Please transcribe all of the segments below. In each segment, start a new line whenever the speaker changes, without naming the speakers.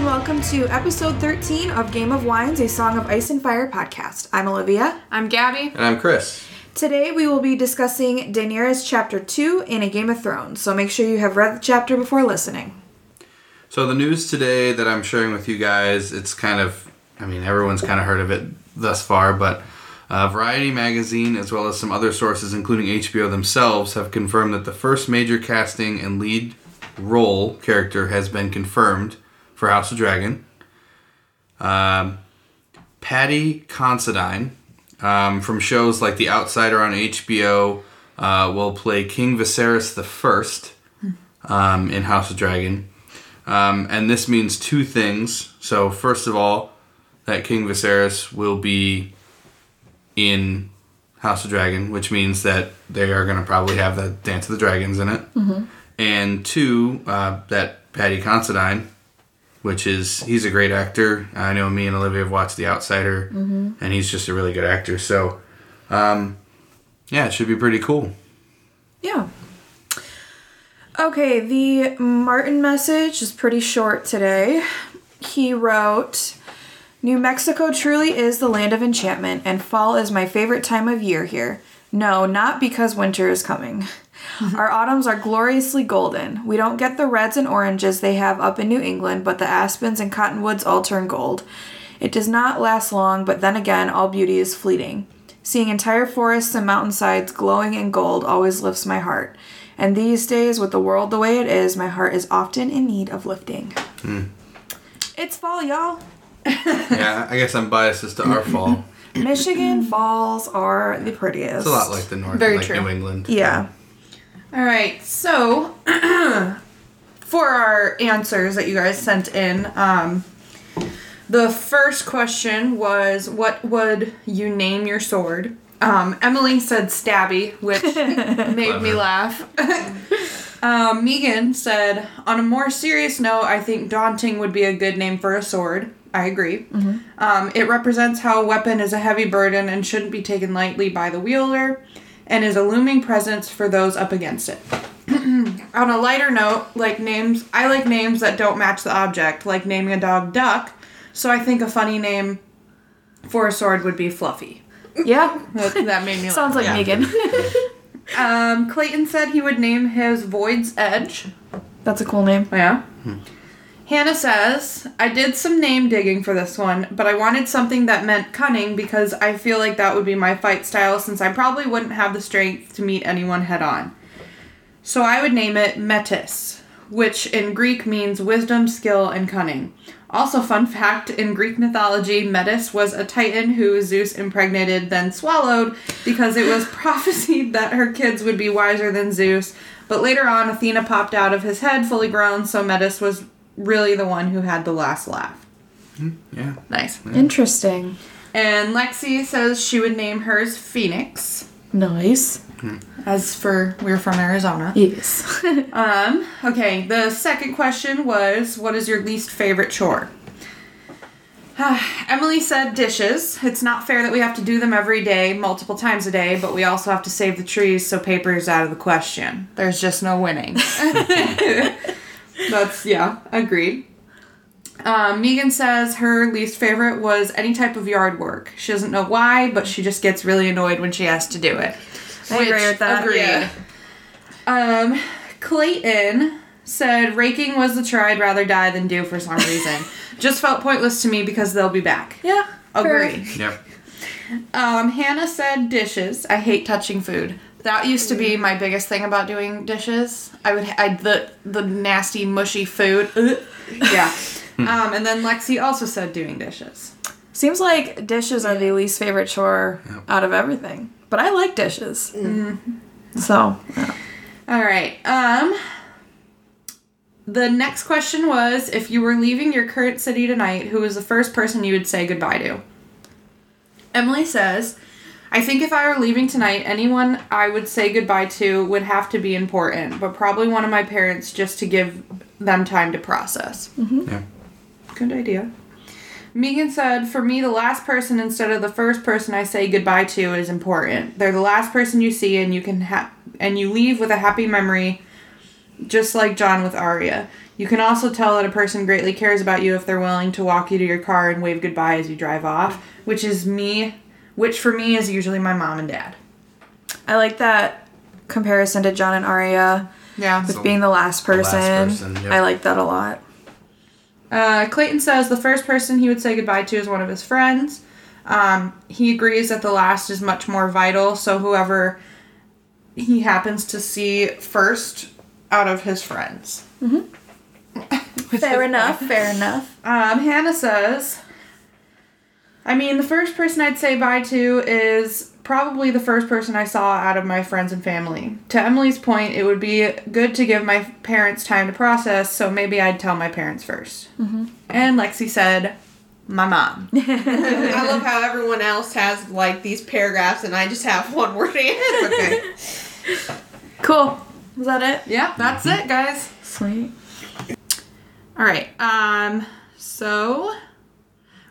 welcome to episode 13 of Game of Wines, a Song of Ice and Fire podcast. I'm Olivia.
I'm Gabby.
And I'm Chris.
Today we will be discussing Daenerys Chapter 2 in A Game of Thrones, so make sure you have read the chapter before listening.
So the news today that I'm sharing with you guys, it's kind of, I mean, everyone's kind of heard of it thus far, but uh, Variety magazine, as well as some other sources, including HBO themselves, have confirmed that the first major casting and lead role character has been confirmed for House of Dragon. Um, Patty Considine um, from shows like The Outsider on HBO uh, will play King Viserys the First um, in House of Dragon. Um, and this means two things. So, first of all, that King Viserys will be in House of Dragon, which means that they are going to probably have the Dance of the Dragons in it.
Mm-hmm.
And two, uh, that Patty Considine, which is he's a great actor. I know me and Olivia have watched The Outsider,
Mm-hmm.
and he's just a really good actor. So, um, yeah, it should be pretty cool.
Yeah. Okay, the Martin message is pretty short today. He wrote New Mexico truly is the land of enchantment, and fall is my favorite time of year here. No, not because winter is coming. Our autumns are gloriously golden. We don't get the reds and oranges they have up in New England, but the aspens and cottonwoods all turn gold. It does not last long, but then again, all beauty is fleeting. Seeing entire forests and mountainsides glowing in gold always lifts my heart. And these days, with the world the way it is, my heart is often in need of lifting. It's fall, y'all.
yeah, I guess I'm biased as to our fall.
Michigan falls are the prettiest.
It's a lot like the north,
Very
like
true.
New England.
Yeah.
All right, so for our answers that you guys sent in, um, the first question was what would you name your sword? Um, Emily said stabby, which made me
Clever.
laugh. um, Megan said, on a more serious note, I think daunting would be a good name for a sword. I agree. Um, it represents how a weapon is a heavy burden and shouldn't be taken lightly by the wielder, and is a looming presence for those up against it. On a lighter note, like names, I like names that don't match the object, like naming a dog Duck. So I think a funny name for a sword would be Fluffy.
Yeah.
That, that made me. laugh.
Sounds like
Yeah.
Megan.
Um, Clayton said he would name his Void's Edge.
That's a cool name.
Yeah. Hannah says, I did some name digging for this one, but I wanted something that meant cunning because I feel like that would be my fight style since I probably wouldn't have the strength to meet anyone head on. So I would name it Metis, which in Greek means wisdom, skill, and cunning. Also, fun fact in Greek mythology, Metis was a titan who Zeus impregnated, then swallowed, because it was prophesied that her kids would be wiser than Zeus. But later on, Athena popped out of his head fully grown, so Metis was really the one who had the last laugh.
Yeah.
Nice.
Interesting.
And Lexi says she would name hers Phoenix.
Nice.
As for we're from Arizona.
Yes.
Um, okay, the second question was what is your least favorite chore? Emily said dishes. It's not fair that we have to do them every day, multiple times a day, but we also have to save the trees, so paper is out of the question. There's just no winning. That's, yeah, agreed. Um, Megan says her least favorite was any type of yard work. She doesn't know why, but she just gets really annoyed when she has to do it.
I agree
Which-
with that.
Agreed.
Yeah.
Um, Clayton said raking was the try I'd rather die than do for some reason. Just felt pointless to me because they'll be back.
yeah.
Agree.
Yep.
Um, Hannah said dishes. I hate touching food. That used to be my biggest thing about doing dishes. I would I the the nasty mushy food. Ugh. Yeah. um, and then Lexi also said doing dishes.
Seems like dishes are the least favorite chore out of everything. But I like dishes. So,
All right. Um the next question was if you were leaving your current city tonight, who was the first person you would say goodbye to? Emily says, I think if I were leaving tonight, anyone I would say goodbye to would have to be important, but probably one of my parents just to give them time to process.
Yeah.
Good idea. Megan said, For me, the last person instead of the first person I say goodbye to is important. They're the last person you see and you can ha- and you leave with a happy memory just like John with Arya. You can also tell that a person greatly cares about you if they're willing to walk you to your car and wave goodbye as you drive off, which is me, which for me is usually my mom and dad.
I like that comparison to John and Arya
Yeah.
with
So-
being the last
the last
person.
person, yep.
I like that a lot.
Uh, Clayton says the first person he would say goodbye to is one of his friends. Um, he agrees that the last is much more vital, so whoever he happens to see first out of his friends.
Fair enough. Fair enough.
Um, Hannah says, I mean, the first person I'd say bye to is probably the first person I saw out of my friends and family. To Emily's point, it would be good to give my parents time to process, so maybe I'd tell my parents 1st And Lexi said, my mom.
I love how everyone else has like these paragraphs, and I just have one word answer.
Okay.
Cool. Was that it?
yeah, that's it, guys.
Sweet.
All right. Um. So,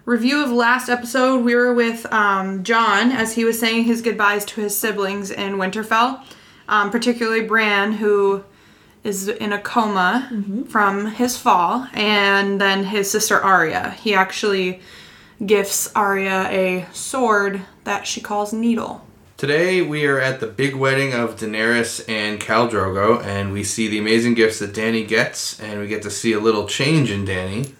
review of last episode. We were with um, John as he was saying his goodbyes to his siblings in Winterfell, um, particularly Bran, who is in a coma from his fall, and then his sister Arya. He actually gifts Arya a sword that she calls Needle.
Today we are at the big wedding of Daenerys and Khal Drogo, and we see the amazing gifts that Danny gets, and we get to see a little change in Danny,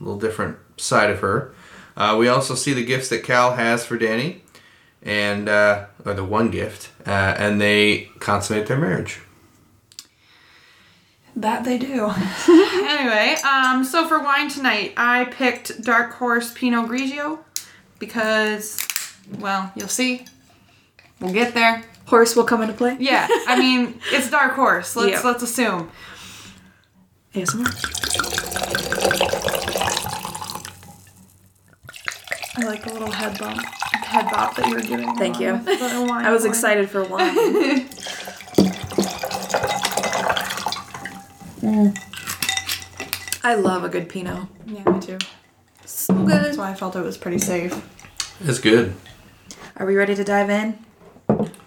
a little different side of her. Uh, we also see the gifts that Cal has for Danny, and uh, or the one gift, uh, and they consummate their marriage.
That they do. anyway, um, so for wine tonight, I picked Dark Horse Pinot Grigio because, well, you'll see. We'll get there.
Horse will come into play.
Yeah, I mean, it's Dark Horse. Let's
Yeah.
let's assume.
ASMR.
I like the little head bump, head bop that you were giving.
Thank
along
you.
with the wine
I was
wine.
excited for wine. Mm. I love a good Pinot.
Yeah, me too.
So good.
That's why I felt it was pretty safe.
It's good.
Are we ready to dive in?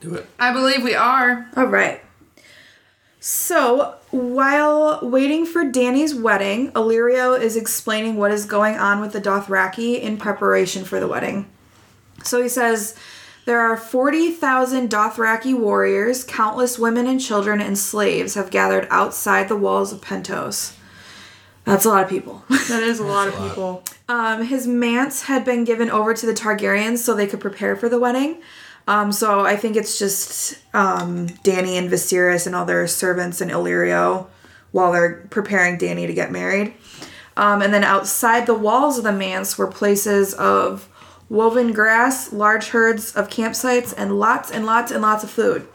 Do it.
I believe we are.
All right. So, while waiting for Danny's wedding, Illyrio is explaining what is going on with the Dothraki in preparation for the wedding. So he says there are 40,000 Dothraki warriors, countless women and children and slaves have gathered outside the walls of Pentos. That's a lot of people.
That is a lot of people.
Um, his manse had been given over to the Targaryens so they could prepare for the wedding. Um, so I think it's just um, Danny and Viserys and all their servants and Illyrio while they're preparing Danny to get married. Um, and then outside the walls of the manse were places of woven grass, large herds of campsites, and lots and lots and lots of food.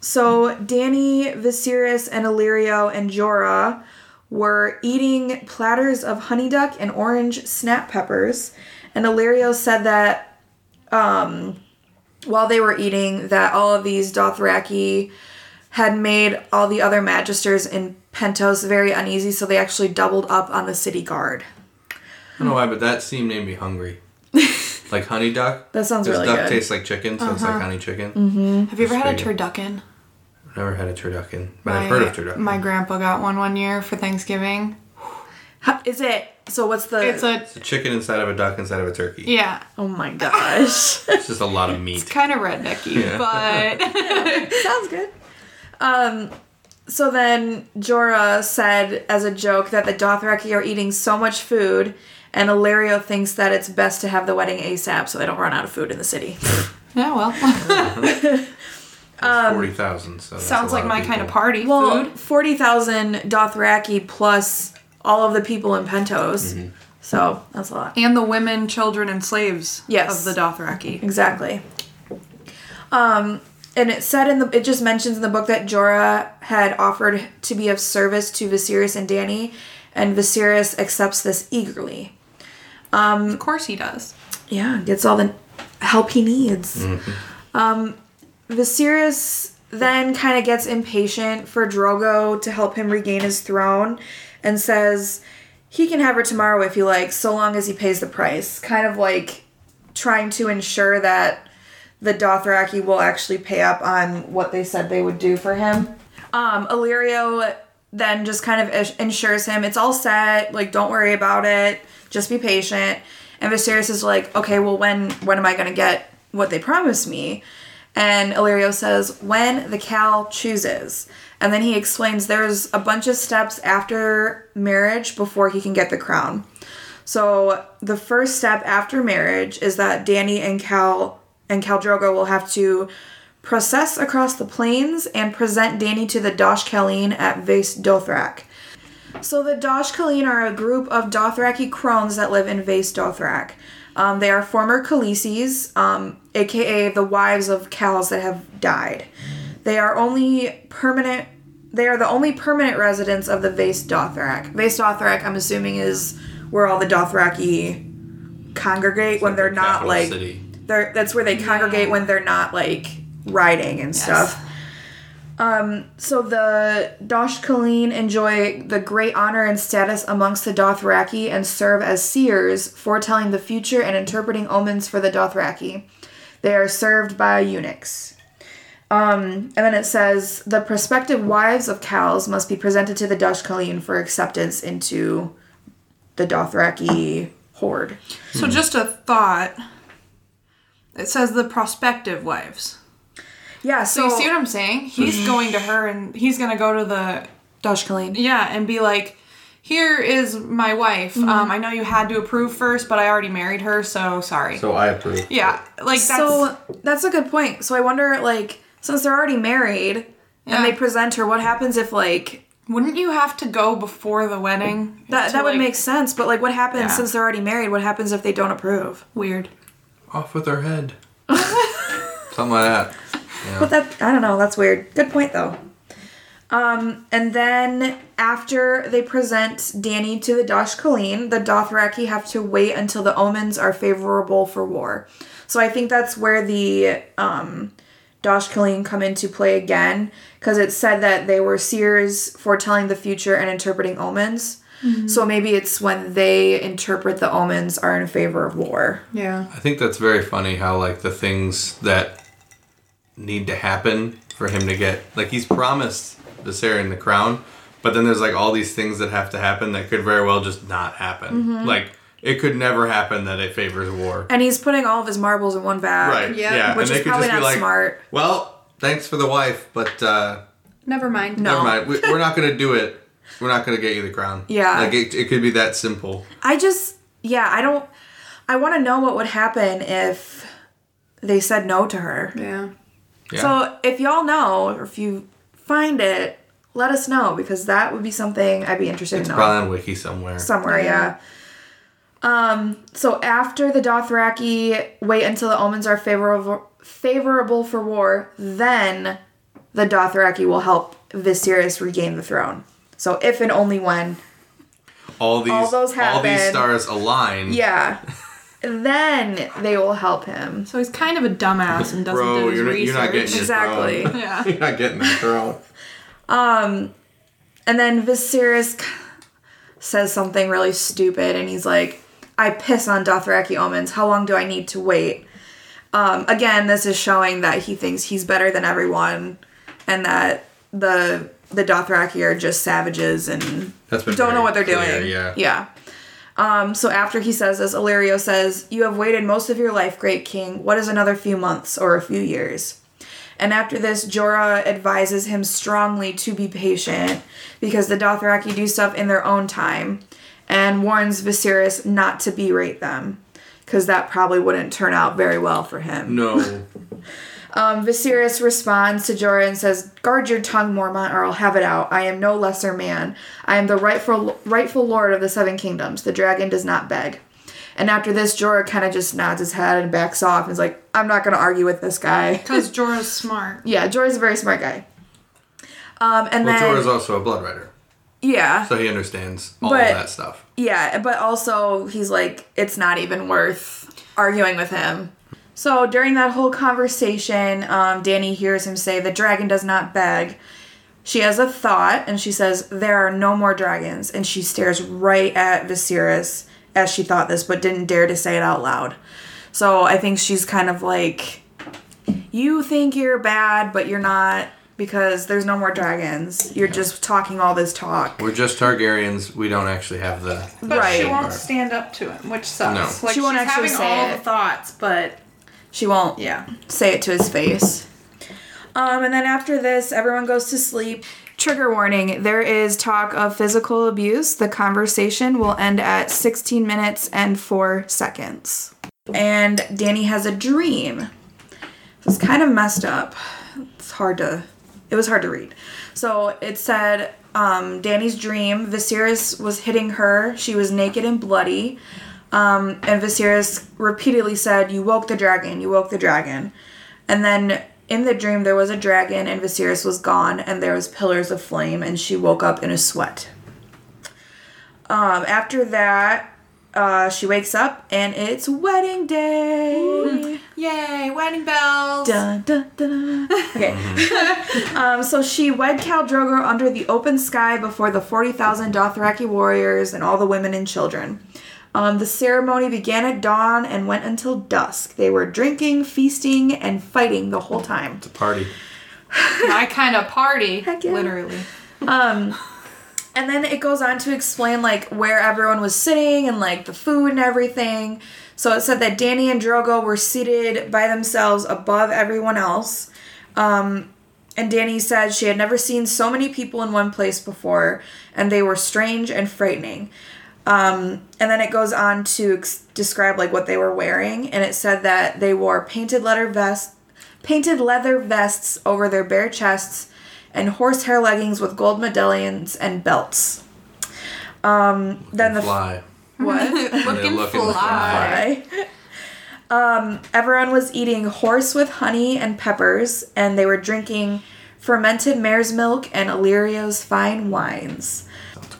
So Danny, Viserys, and Illyrio and Jorah were eating platters of honey duck and orange snap peppers, and Illyrio said that um, while they were eating, that all of these Dothraki had made all the other magisters in Pentos very uneasy, so they actually doubled up on the city guard.
I don't know why, but that scene made me hungry. like honey duck.
That sounds
'Cause
really
duck
good. Uh-huh. Mm-hmm.
tastes like chicken, so it's like honey chicken.
Have you ever had a
Frustrating.
turducken?
I've never had a turducken, but I've heard of turducken.
My grandpa got one one year for Thanksgiving.
Ha- Is it? So what's the?
It's a
It's a chicken inside of a duck inside of a turkey.
yeah.
oh my gosh.
It's just a lot of meat.
It's kind of rednecky, but
Sounds good. Um, so then Jorah said as a joke that the Dothraki are eating so much food, and Ilario thinks that it's best to have the wedding ASAP so they don't run out of food in the city.
yeah, well,
Forty thousand. So that's a
um, sounds
lot
like my kind of
people.
party
Well,
food.
40,000 Dothraki plus all of the people in Pentos. So that's a lot.
And the women, children, and slaves
Yes.
of the Dothraki.
Exactly. Um, and it said in the it just mentions in the book that Jorah had offered to be of service to Viserys and Danny, and Viserys accepts this eagerly.
Of course he does.
Yeah, gets all the help he needs. Um, Viserys then kind of gets impatient for Drogo to help him regain his throne and says he can have her tomorrow if he likes, so long as he pays the price. Kind of like trying to ensure that the Dothraki will actually pay up on what they said they would do for him. Um, Illyrio then just kind of ish- ensures him it's all set. Like, don't worry about it. Just be patient. And Viserys is like, okay, well, when when am I gonna get what they promised me? And Illyrio says, when the Cal chooses. And then he explains there's a bunch of steps after marriage before he can get the crown. So the first step after marriage is that Danny and Cal and Cal Drogo will have to process across the plains and present Danny to the Dosh Kaleen at Vase Dothrak. So the Dosh Kaleen are a group of Dothraki crones that live in Vase Dothrak. Um, they are former Khaleesi's, um, aka the wives of Cals that have died. They are only permanent. They are the only permanent residents of the Vase Dothrak. Vase Dothrak, I'm assuming, is where all the Dothraki congregate when they're not
Capital
like
city.
they're that's where they congregate when they're not like riding and stuff. Um, so the Dosh Kaleen enjoy the great honor and status amongst the Dothraki and serve as seers, foretelling the future and interpreting omens for the Dothraki. They are served by eunuchs. Um, and then it says the prospective wives of cows must be presented to the Dosh Kaleen for acceptance into the Dothraki horde.
So
Hmm.
just a thought. It says the prospective wives.
Yeah,
So Hmm.
so,
you see what I'm saying? He's going to her and he's gonna go to the
Dosh Kaleen.
yeah and be like, here is my wife. Um, I know you had to approve first, but I already married her, so sorry.
So I approve.
yeah, like that's
so that's a good point. So I wonder, like, since they're already married
Yeah.
and they present her, what happens if like
wouldn't you have to go before the wedding?
that?
to,
that would
like-
make sense. But like, what happens
Yeah.
since they're already married? What happens if they don't approve?
weird.
Off with her head. Something like that.
But that I don't know. That's weird. Good point though. Um, and then after they present Danny to the Dosh Colleen, the Dothraki have to wait until the omens are favorable for war. So I think that's where the um, Dosh Colleen come into play again, because it said that they were seers foretelling the future and interpreting omens. So maybe it's when they interpret the omens are in favor of war.
Yeah.
I think that's very funny how like the things that need to happen for him to get like he's promised Viserion the crown, but then there's like all these things that have to happen that could very well just not happen. Like it could never happen that it favors war.
And he's putting all of his marbles in one bag.
Right.
yeah,
Yeah.
which
and they
is
could
probably
just be
not
like,
smart.
well, thanks for the wife, but uh,
Never mind.
never
No.
mind. We, we're not gonna do it. We're not gonna get you the crown.
Yeah. Oh.
Like it, it could be that simple.
I just, yeah, I don't. I want to know what would happen if they said no to her.
Yeah.
Yeah.
So if y'all know, or if you find it, let us know because that would be something I'd be interested
it's
in. knowing.
probably on wiki somewhere.
somewhere, yeah. Um. So after the Dothraki wait until the omens are favorable favorable for war, then the Dothraki will help Viserys regain the throne. So if and only when
all these all,
those
these
happen.
stars align.
Yeah. then they will help him.
So he's kind of a dumbass and doesn't do
Bro,
his
you're, not-
research.
you're not getting your
Exactly.
throne.
Yeah.
you're not getting that throne.
And then Viserys k- says something really stupid and he's like, I piss on Dothraki omens. How long do I need to wait? Um, again, this is showing that he thinks he's better than everyone and that the the Dothraki are just savages and
That's been
don't
very
know what they're
clear,
doing.
Yeah.
Yeah. Um, so after he says this, Illyrio says, You have waited most of your life, great king. What is another few months or a few years? And after this, Jorah advises him strongly to be patient because the Dothraki do stuff in their own time and warns Viserys not to berate them because that probably wouldn't turn out very well for him.
No.
Um, Viserys responds to Jorah and says, "Guard your tongue, Mormont, or I'll have it out. I am no lesser man. I am the rightful rightful lord of the Seven Kingdoms. The dragon does not beg." And after this, Jorah kind of just nods his head and backs off. And is like, "I'm not gonna argue with this guy."
Because Jorah's smart.
yeah, Jorah's a very smart guy. Um, and
Well,
then
Jorah's also a blood rider,
yeah,
so he understands all
But-
of that stuff.
Yeah, but also he's like, it's not even worth arguing with him. So during that whole conversation, um, Danny hears him say, The dragon does not beg. She has a thought and she says, There are no more dragons. And she stares right at Viserys as she thought this, but didn't dare to say it out loud. So I think she's kind of like, You think you're bad, but you're not. because there's no more dragons. You're just talking all this talk.
We're just Targaryens. We don't actually have the.
But she
Right.
won't stand up to him, which sucks.
No.
Like
She won't
she's
actually
having
say
all
it.
the thoughts, but
She won't
yeah.
say it to his face. Um, and then after this, everyone goes to sleep. Trigger warning there is talk of physical abuse. The conversation will end at 16 minutes and 4 seconds. And Danny has a dream. It's kind of messed up. It's hard to, it was hard to read. So it said um, Danny's dream Viserys was hitting her. She was naked and bloody. Um, and Viserys repeatedly said, You woke the dragon, you woke the dragon. And then in the dream, there was a dragon, and Viserys was gone, and there was pillars of flame, and she woke up in a sweat. Um, after that, uh, she wakes up, and it's wedding day.
Yay, wedding bells.
Dun, dun, dun, dun. Okay. um, so she wed Khal Drogo under the open sky before the 40,000 Dothraki warriors and all the women and children. Um, the ceremony began at dawn and went until dusk. They were drinking, feasting, and fighting the whole time.
It's a party.
My kind of party,
Heck yeah.
literally.
And then it goes on to explain like where everyone was sitting and like the food and everything. So it said that Danny and Drogo were seated by themselves above everyone else. Um, and Danny said she had never seen so many people in one place before, and they were strange and frightening. Um, and then it goes on to ex- describe like what they were wearing, and it said that they wore painted leather vests, painted leather vests over their bare chests, and horsehair leggings with gold medallions and belts. Um, then the
Fly.
what?
Looking looking
um, everyone was eating horse with honey and peppers, and they were drinking fermented mare's milk and Illyrio's fine wines.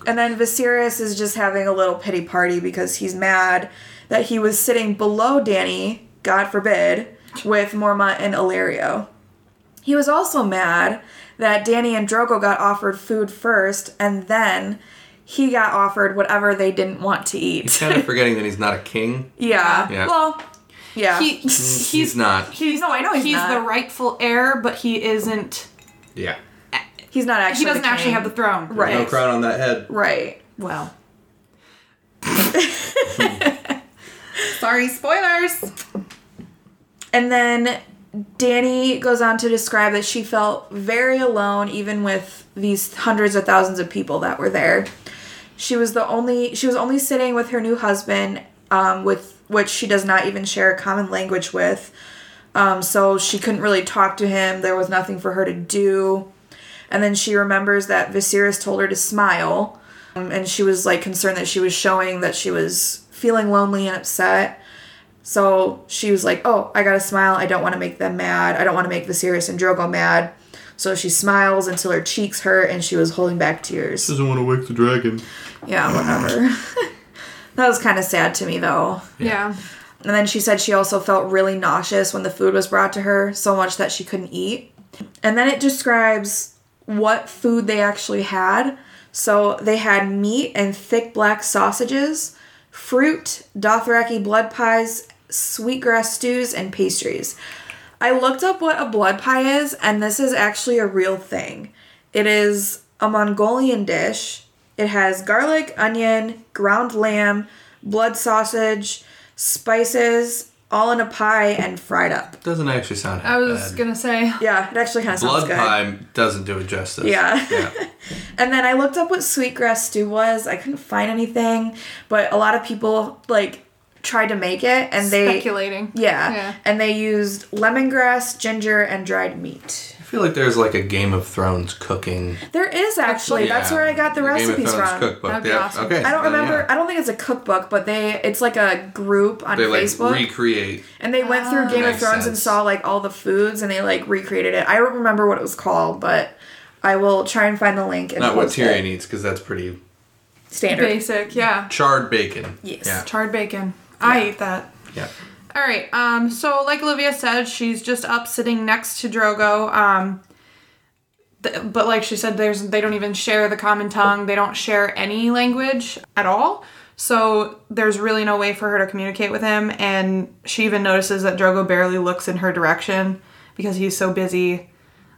And then Viserys is just having a little pity party because he's mad that he was sitting below Danny, God forbid, with Mormont and Illyrio. He was also mad that Danny and Drogo got offered food first, and then he got offered whatever they didn't want to eat.
He's kind of forgetting that he's not a king.
Yeah. Mm,
Yeah.
Well, yeah.
He,
He's,
he's,
not.
he's
No, I know he's not.
the rightful heir, but he isn't.
Yeah.
he's not actually.
He doesn't
the
actually
king.
have the throne.
Right.
No crown on that head.
Right.
Well,
Sorry, spoilers.
And then Danny goes on to describe that she felt very alone, even with these hundreds of thousands of people that were there. She was the only. She was only sitting with her new husband, um, with which she does not even share a common language with. Um, so she couldn't really talk to him. There was nothing for her to do. And then she remembers that Viserys told her to smile, um, and she was like concerned that she was showing that she was feeling lonely and upset. So she was like, "Oh, I gotta smile. I don't want to make them mad. I don't want to make Viserys and Drogo mad." So she smiles until her cheeks hurt, and she was holding back tears.
Doesn't want to wake the dragon.
Yeah, whatever. that was kind of sad to me though.
yeah.
And then she said she also felt really nauseous when the food was brought to her, so much that she couldn't eat. And then it describes what food they actually had. So they had meat and thick black sausages, fruit, Dothraki blood pies, sweetgrass stews, and pastries. I looked up what a blood pie is, and this is actually a real thing. It is a Mongolian dish. It has garlic, onion, ground lamb, blood sausage, spices, all in a pie, and fried up.
Doesn't actually sound.
I was
bad.
gonna say.
Yeah, it actually kind of sounds
Blood
good.
pie doesn't do it justice.
Yeah.
yeah.
And then I looked up what sweetgrass stew was. I couldn't find anything, but a lot of people like tried to make it, and they
speculating.
yeah,
Yeah.
and they used lemongrass, ginger, and dried meat.
I feel like there's like a Game of Thrones cooking.
There is actually. That's
Yeah.
where I got the,
Game of
recipes
Thrones
from.
cookbook.
That'd be
yeah.
awesome.
Okay.
I don't
then,
remember.
yeah.
I don't think it's a cookbook, but they it's like a group on
They like
Facebook,
recreate.
and they went through Game of
Makes
Thrones and
sense.
saw like all the foods, and they like recreated it. I don't remember what it was called, but I will try and find the link. And
Not what
post
Tyrion
it.
eats because that's pretty
standard.
Basic, yeah.
charred bacon.
Yes.
Yeah.
Charred bacon. I eat that.
yeah.
All right. Um. So, like Olivia said, she's just up sitting next to Drogo. Um. th- but like she said, there's they don't even share the common tongue. They don't share any language at all. So there's really no way for her to communicate with him. And she even notices that Drogo barely looks in her direction because he's so busy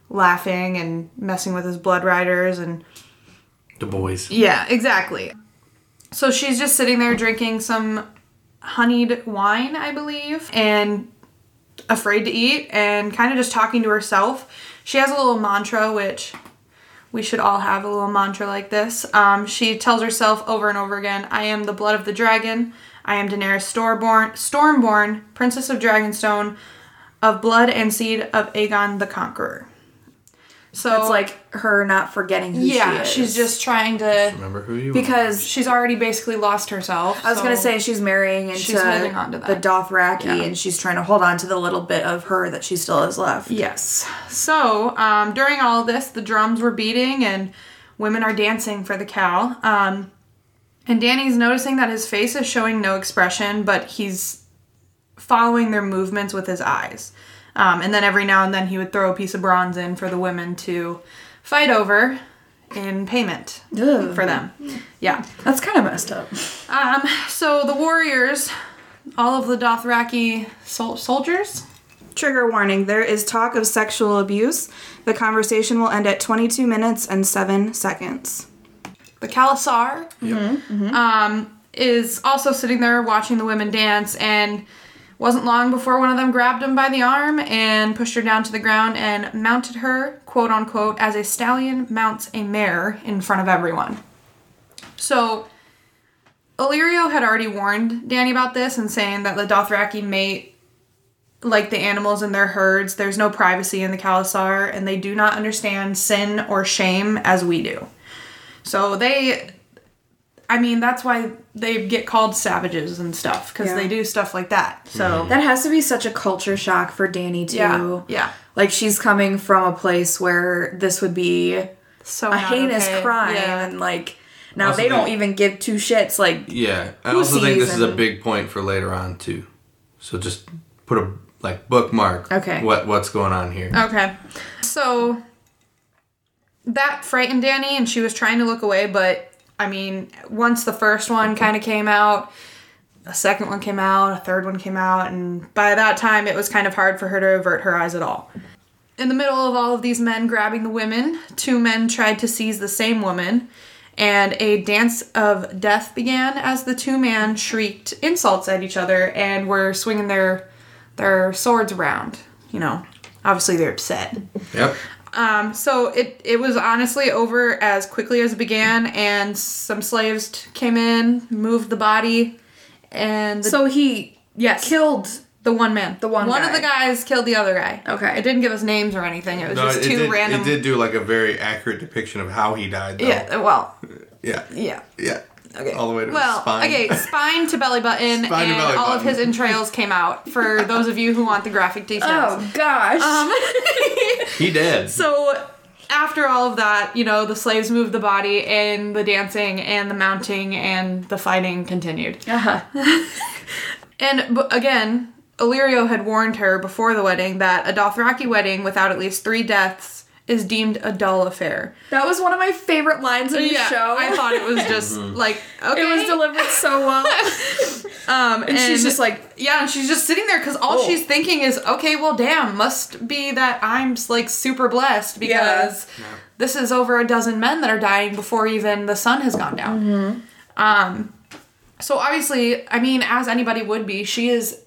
laughing and messing with his blood riders and
The boys.
yeah, exactly. So she's just sitting there drinking some honeyed wine, I believe, and afraid to eat and kind of just talking to herself. She has a little mantra, which we should all have a little mantra like this. Um, she tells herself over and over again I am the blood of the dragon. I am Daenerys Stormborn, Stormborn, princess of Dragonstone, of blood and seed of Aegon the Conqueror. So
It's like her not forgetting who
yeah,
she is.
she's just trying to
Remember who you are.
because
she's already basically lost herself.
I was gonna
so-
say she's marrying into
She's holding on to
the
that.
Dothraki, and she's trying to hold on to the little bit of her that she still has left.
yes. So um, during all this, the drums were beating and women are dancing for the cow. Um, and Danny's noticing that his face is showing no expression, but he's following their movements with his eyes. Um, and then every now and then he would throw a piece of bronze in for the women to fight over in payment
Ugh.
for them. Yeah.
That's kind of messed up.
Um, so the warriors, all of the Dothraki sol- soldiers,
Trigger warning: There is talk of sexual abuse. The conversation will end at 22 minutes and seven seconds.
the Khalasar, um, is also sitting there watching the women dance and wasn't long before one of them grabbed him by the arm and pushed her down to the ground and mounted her, quote unquote, as a stallion mounts a mare in front of everyone. So Illyrio had already warned Danny about this and saying that the Dothraki mate like the animals in their herds, there's no privacy in the Khalasar, and they do not understand sin or shame as we do. So they I mean, that's why they get called savages and stuff because
Yeah.
they do stuff like that. So
That has to be such a culture shock for Danny too.
yeah, yeah.
Like she's coming from a place where this would be a
So not
heinous
okay.
crime,
Yeah.
and like now
Also
they don't
they-
even give two shits. Like
Yeah. I
Who
also think
sees
this is a
and-
big point for later on too. So just put a like bookmark.
Okay. Oh.
What what's going on here?
Okay. So that frightened Danny, and she was trying to look away, but I mean, once the first one kind of came out, a second one came out, a third one came out, and by that time it was kind of hard for her to avert her eyes at all. In the middle of all of these men grabbing the women, two men tried to seize the same woman, and a dance of death began as the two men shrieked insults at each other and were swinging their their swords around. You know, obviously they're upset.
Yep.
Um, so it it was honestly over as quickly as it began, and some slaves t- came in, moved the body, and the,
so he
yes,
killed.
the one man,
the one
one
guy.
of the guys killed the other guy.
Okay.
it didn't give us names or anything. It was just
it
two
did,
random.
It did do like a very accurate depiction of how he died. Though.
Yeah, well,
Yeah.
yeah.
Yeah.
Okay.
All the way to
Well,
his spine.
okay, spine to belly button,
Spine to
and
belly
all of
button.
his entrails came out. For those of you who want the graphic details,
Oh gosh.
um,
He did.
So after all of that, you know, the slaves moved the body and the dancing and the mounting and the fighting continued.
uh-huh.
And b- again, Illyrio had warned her before the wedding that a Dothraki wedding without at least three deaths is deemed a dull affair.
That was one of my favorite lines in the show.
I thought it was just
Mm-hmm.
like okay.
it was delivered so well.
um, and,
she's just like,
yeah, and she's just sitting there because all
Oh.
she's thinking is, okay, well, damn, must be that I'm like super blessed because this is over a dozen men that are dying before even the sun has gone down.
Mm-hmm.
Um, so obviously, I mean, as anybody would be, she is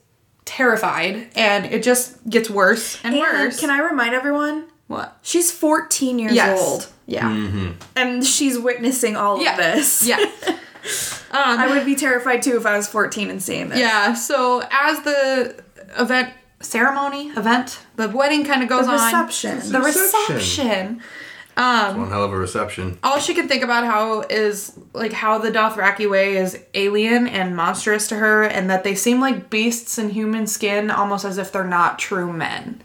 terrified, and it just gets worse and,
and
worse.
can I remind everyone?
what?
She's 14 years
Yes.
old,
Yeah.
and she's witnessing all
Yeah.
of this.
Yeah. um,
I would be terrified too if I was 14 and seeing this.
Yeah, so as the event ceremony event, the wedding kind of goes on.
reception.
The
Reception.
reception. Um,
One hell of a reception.
all she can think about how is like how the Dothraki way is alien and monstrous to her, and that they seem like beasts in human skin, almost as if they're not true men.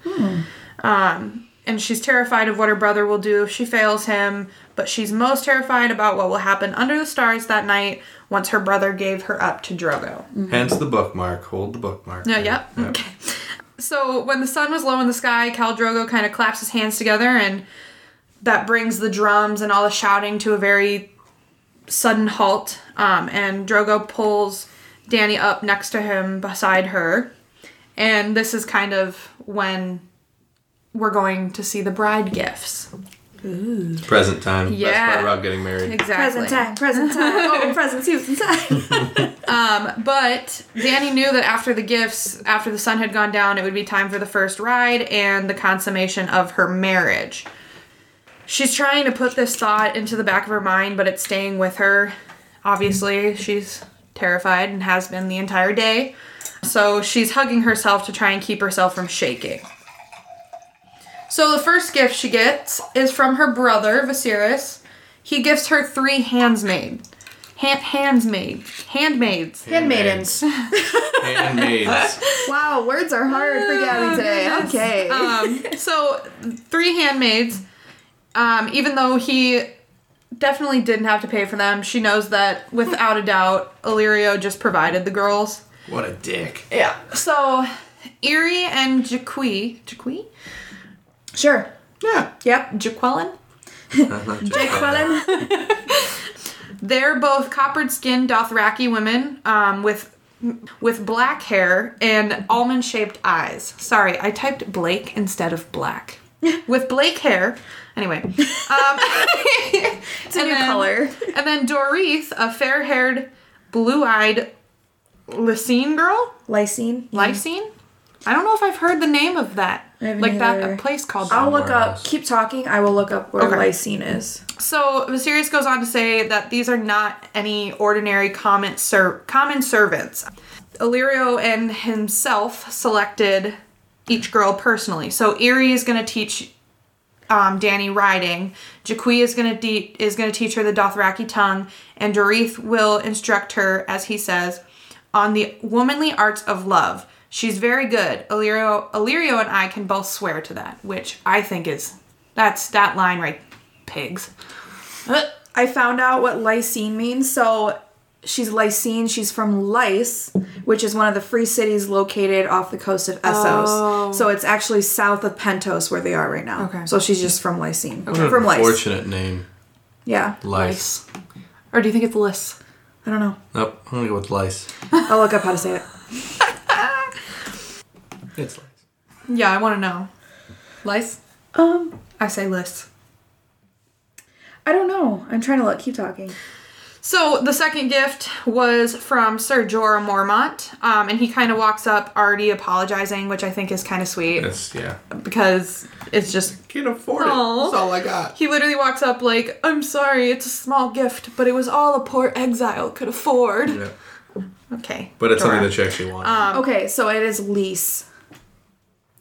Um, and she's terrified of what her brother will do if she fails him, but she's most terrified about what will happen under the stars that night once her brother gave her up to Drogo.
Hence the bookmark. Hold the bookmark.
Yeah, Mm-hmm. yep. Okay. So when the sun was low in the sky, Cal Drogo kind of claps his hands together, and that brings the drums and all the shouting to a very sudden halt. Um, and Drogo pulls Danny up next to him beside her, and this is kind of when we're going to see the bride gifts.
Present time. Best
Yeah.
part about getting married.
Exactly.
Present time, present time. Oh, present season time.
Um, but Danny knew that after the gifts, after the sun had gone down, it would be time for the first ride and the consummation of her marriage. She's trying to put this thought into the back of her mind, but it's staying with her. Obviously, she's terrified and has been the entire day. So she's hugging herself to try and keep herself from shaking. So the first gift she gets is from her brother, Viserys. He gifts her three handsmaid. Hand, handsmaid. Handmaids.
Handmaidens.
Handmaids.
Wow, words are hard for Gabby today. Okay.
Oh, um, so three handmaids. Um, even though he definitely didn't have to pay for them, she knows that without a doubt, Illyrio just provided the girls.
what a dick.
Yeah. So, Eerie and Jaqui, Jaqui,
sure.
Yeah.
Yep. Jaquelin. Jaquelin.
they're both coppered skinned Dothraki women um, with with black hair and almond shaped eyes. Sorry, I typed Blake instead of black. with Blake hair. Anyway. Um, it's
a new color.
And then Doreith, a fair haired, blue eyed Lysine girl.
Lysine.
Lysine? I don't know if I've heard the name of that.
I haven't
Like that
either.
a place called that.
I'll look
Somewhere
up.
else.
Keep talking. I will look up where
Okay.
lysine is.
So Viserys goes on to say that these are not any ordinary common ser- common servants. Illyrio and himself selected each girl personally. So Eerie is going to teach um, Danny riding. Jaqui is going to de- is going to teach her the Dothraki tongue, and Doreith will instruct her, as he says, on the womanly arts of love. She's very good. Illyrio, Illyrio and I can both swear to that, which I think is that's that line right, pigs.
I found out what lysine means. So she's lysine. She's from Lice, which is one of the free cities located off the coast of Essos. So it's actually south of Pentos where they are right now.
Oh. Okay.
So she's just from lysine.
What an
From Lice.
unfortunate name.
Yeah.
Lice.
Lice. Or do you think it's lice?
I don't know.
Nope. I'm gonna go with lice.
I'll look up how to say it.
It's lice.
Yeah, I want to know. Lice?
Um.
I say lice.
I don't know. I'm trying to look. Keep talking.
So the second gift was from Sir Jorah Mormont, um, and he kind of walks up already apologizing, which I think is kind of sweet
It's yeah.
because it's just
Can't afford
Aw.
it. That's all I got.
he literally walks up like, "I'm sorry, it's a small gift, but it was all a poor exile could afford."
Yeah.
Okay,
But it's something
Jorah.
that you actually want.
Uh, Um,
okay, so it is lease.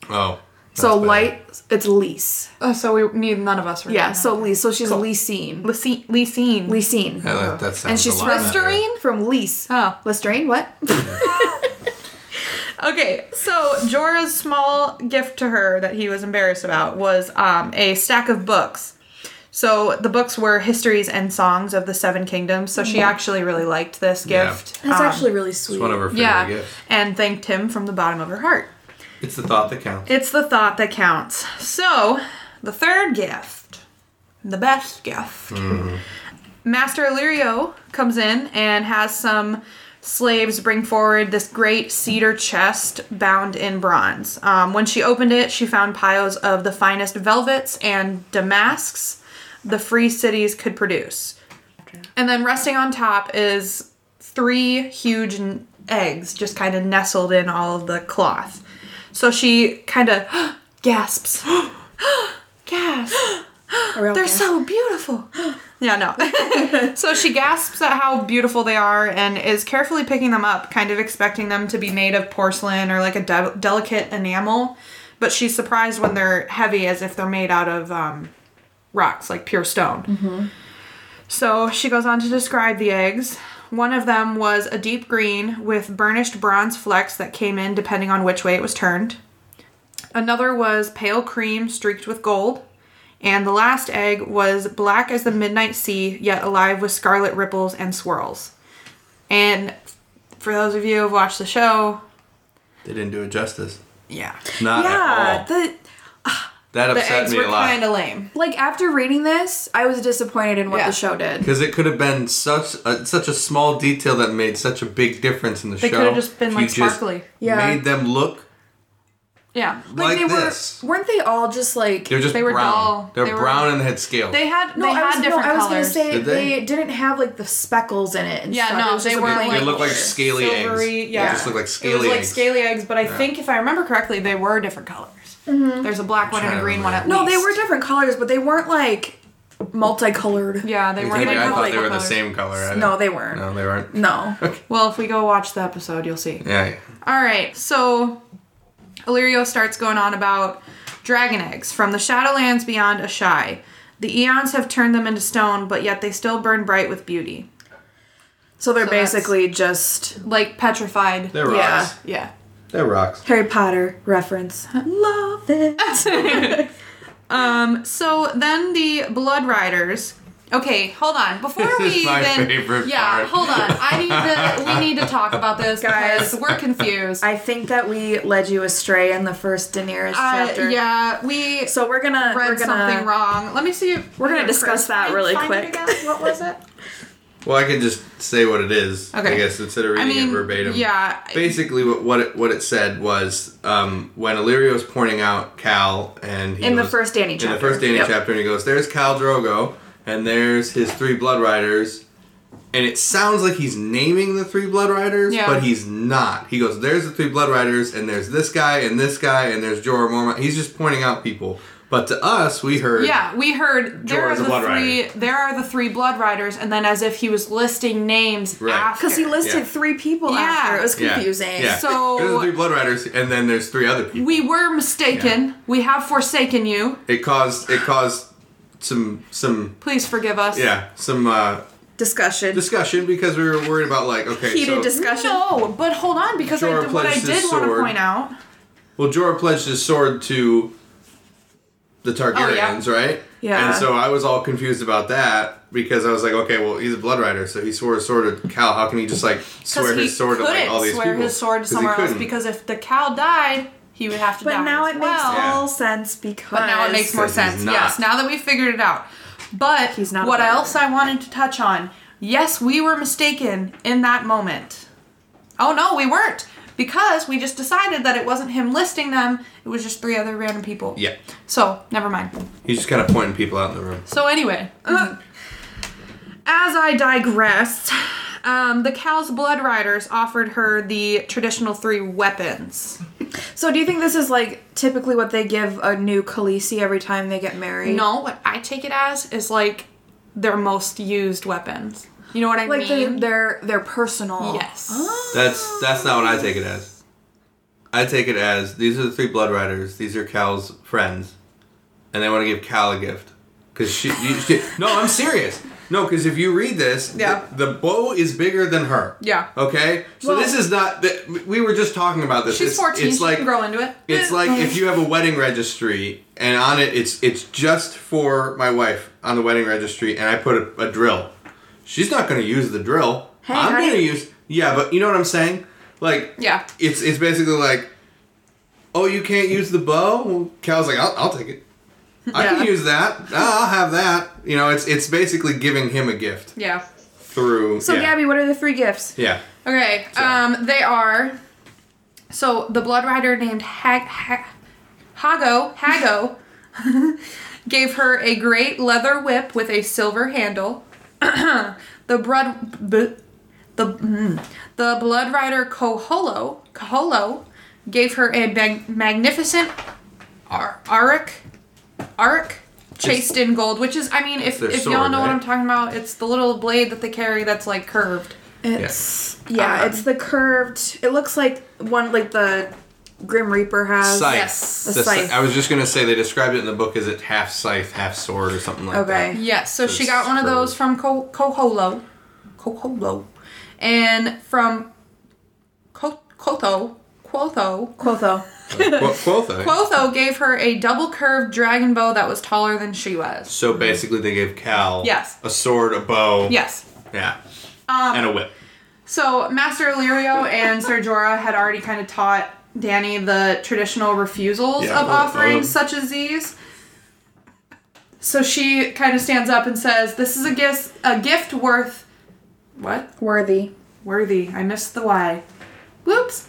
oh.
So
that's bad.
light, it's lease.
Uh, so we need none of us. Right
Yeah,
now.
so lease. So she's leasing.
Lysine. Lysine.
Leasing.
Yeah, that, that sounds
And she's
a lot better.
Listerine?
From lease.
Oh,
Listerine? What?
Okay, so Jorah's small gift to her that he was embarrassed about was um, a stack of books. So the books were histories and songs of the Seven Kingdoms. So she actually really liked this
Yeah.
gift.
That's
um,
actually really sweet.
It's one of her favorite
yeah,
gifts.
and thanked him from the bottom of her heart.
It's the thought that counts.
It's the thought that counts. So the third gift, the best gift. Master Illyrio comes in and has some slaves bring forward this great cedar chest bound in bronze. Um, when she opened it, she found piles of the finest velvets and damasks the free cities could produce. And then resting on top is three huge n- eggs just kind of nestled in all of the cloth. So she kind of gasps. gasps.
A real
They're
gift.
so beautiful. yeah, no. so she gasps at how beautiful they are and is carefully picking them up, kind of expecting them to be made of porcelain or like a de- delicate enamel. But she's surprised when they're heavy, as if they're made out of um, rocks, like pure stone. So she goes on to describe the eggs. One of them was a deep green with burnished bronze flecks that came in depending on which way it was turned. Another was pale cream streaked with gold. And the last egg was black as the midnight sea, yet alive with scarlet ripples and swirls. And for those of you who've watched the show,
They didn't do it justice.
yeah.
Not
Yeah,
at all.
the,
That
The
upset
eggs
me
were
a lot.
kind of lame.
like after reading this, I was disappointed in what
Yeah.
the show did.
Because it could have been such a, such a small detail that made such a big difference in the
They
show.
could have just been,
if
like,
you just
sparkly.
Yeah.
Made them look
Yeah.
Like
they
this.
were weren't they all just like
They were just
They were
brown.
dull.
They were
They were-
brown and they had scales.
They had
no,
they
I was,
had different
no, I was
colors.
gonna say
Did
they?
they?
didn't have like the speckles in it. And
Yeah,
stuff.
no,
It was just
they
a
weren't,
plain
They
like,
look like
color.
scaly
silvery-
eggs.
yeah.
They just look like
It
scaly
was like
eggs.
scaly eggs, but I
think if I remember correctly, they were different colors. There's a black one and
trying
a
to
green one at
remember.
Mm-hmm. No,
least.
they were different colors, but they weren't like multicolored.
Yeah, they
Maybe
weren't.
I
even
thought they were the
colors.
same color. I
No,
don't-
they weren't.
No, they weren't.
Mm.
No.
Well, if we go watch the episode, you'll see.
Yeah. yeah.
All right, so Illyrio starts going on about dragon eggs from the Shadowlands beyond Ashai. The eons have turned them into stone, but yet they still burn bright with beauty,
So they're
So that's-
basically just
like petrified.
They're rocks.
Yeah.
yeah.
They're rocks.
Harry Potter reference. Love it.
Um. So then the Blood Riders. Okay, hold on. Before
This
we
is my
even,
favorite
yeah,
part.
hold on. I need to. We need to talk about this,
Guys.
guys. We're confused.
I think that we led you astray in the first Daenerys
Uh,
chapter.
yeah, we
So we're gonna
read
we're gonna
something wrong. Let me see. If,
We're gonna
Chris,
discuss that
find-
really
find it
quick.
again. What was it?
Well, I can just say what it is.
Okay.
I guess instead of
I
reading
mean,
it verbatim.
yeah.
Basically, what what it, what it said was um, when Illyrio was pointing out Cal and he
in the
goes-
first Danny chapter.
in the first Danny
Yep.
chapter, and he goes, "There's Cal Drogo, and there's his three Blood Riders." And it sounds like he's naming the three Blood Riders,
Yeah.
but he's not. He goes, "There's the three Blood Riders, and there's this guy, and this guy, and there's Jorah Mormont." He's just pointing out people. But to us, we heard,
Yeah, we heard there
Jorah's
are
a
the
Blood
three. There are the three blood riders, and then as if he was listing names
Right.
after.
Because he listed
Yeah.
three people
Yeah.
after. It was
Yeah,
confusing.
yeah.
So-
there's the three Blood Riders, and then there's three other people.
We were mistaken. We have forsaken you.
it caused it caused some some
Please forgive us.
yeah some uh,
Discussion.
discussion because we were worried about like okay
Heated
so,
discussion.
No, but hold on, because I,
Jorah
what I
pledged
did
his
want to
sword.
point out.
Well, Jorah pledged his sword to the
Oh, yeah.
Targaryens, right?
Yeah.
And so I was all confused about that because I was like, okay, well, he's a blood rider, so he swore his sword to Cal. How can he just like swear
he
his sword to like
couldn't
all these
swear
people?
his sword to
'Cause he
somewhere else
couldn't.
because if the cow died, he would have to die.
But now
as
it makes
well.
Yeah.
all sense because
But now it makes more
Because he's
sense.
not.
Yes, now that we figured it out. But
He's not a
what
blood
else I wanted to touch on? Yes, we were mistaken in that moment. Oh no, we weren't. Because we just decided that it wasn't him listing them, it was just three other random people.
Yeah.
So, never mind.
He's just kind of pointing people out in the room.
So anyway, uh,
Mm-hmm.
as I digress, um, the cow's blood riders offered her the traditional three weapons.
So do you think this is like typically what they give a new Khaleesi every time they get married?
No, what I take it as is like their most used weapons. You know what I
Like Oh. they,
mean?
they're they're personal.
yes.
Ah. That's that's not what I take it as. I take it as these are the three blood riders. These are Cal's friends, and they want to give Cal a gift because she, you, she. No, I'm serious. No, because if you read this, the-
Yeah.
the, bow is bigger than her.
Yeah.
Okay. So
Well-
this is not. th- We were just talking about this.
She's
it's,
14.
It's
she
like
can grow into it.
it's like if you have a wedding registry and on it it's it's just for my wife on the wedding registry and I put a, a drill. She's not going to use the drill. I'm
how do
going to
you-
use Yeah, but you know what I'm saying? Like
Yeah.
It's it's basically like oh, you can't use the bow? Well, Cal's like I'll, I'll take it. I
Yeah.
can use that. Ah, I'll have that. You know, it's it's basically giving him a gift
Yeah.
through
So
yeah.
Gabby, what are the three gifts?
Yeah.
Okay. Um, they are. So the blood rider named Hag, Hag Hago Hago gave her a great leather whip with a silver handle. the blood b- the mm, the blood rider Koholo Koholo gave her a mag- magnificent ar- arak arak chased in gold, which is I mean if,
their
if y'all
sword,
know what
right?
I'm talking about, it's the little blade that they carry that's like curved.
It's yeah,
Um,
it's the curved. It looks like one like the Grim Reaper has.
Scythe.
Yes.
The
The scythe.
Oh, scythe.
I was just gonna say they described it in the book as it half scythe, half sword, or something like that.
Okay.
Yes, so
So
she got one of those
screw.
from Co- Koholo. Koholo. And from Co- Kotho. Quotho.
Quotho.
Qu- Quotha.
Quotho gave her a double curved dragon bow that was taller than she was.
So basically, they gave Cal
Yes.
a sword, a bow,
Yes.
yeah,
Um,
and a whip.
so Master Illyrio and Ser Jorah had already kind of taught Danny the traditional refusals
Yeah,
of
all- all of
offerings
them.
such as these. So she kind of stands up and says, "This is a gift, a gift worth what
Worthy.
worthy. I missed the Y. Whoops.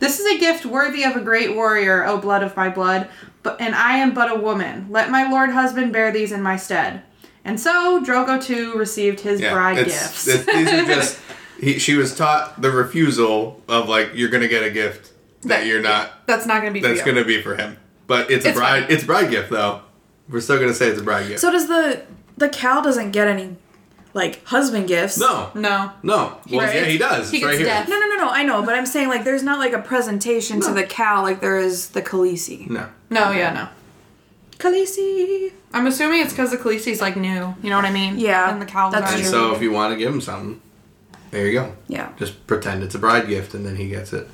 This is a gift worthy of a great warrior, O blood of my blood, but and I am but a woman. Let my lord husband bear these in my stead. And so Drogo too received his bride
it's-
gifts.
it's- these are just. He, she was taught the refusal of like you're gonna get a gift that,
That-
you're not.
That's not gonna be
That's
for you.
gonna be for him. But it's a
It's
bride. It's a bride gift though. We're still gonna say it's a bride gift.
So does the the cow doesn't get any like husband gifts?
no,
No.
no. Well,
Right.
yeah, he does.
He
it's right
gets
here.
death.
No, no, no, no. I know, but I'm saying like there's not like a presentation to the cow like there is the Khaleesi.
No.
No, yeah, no.
Khaleesi.
I'm assuming it's because the Khaleesi's like new. You know what I mean?
Yeah,
And the cow
that's
And
true.
so if you want to give him something, there you go.
Yeah.
Just pretend it's a bride gift, and then he gets it.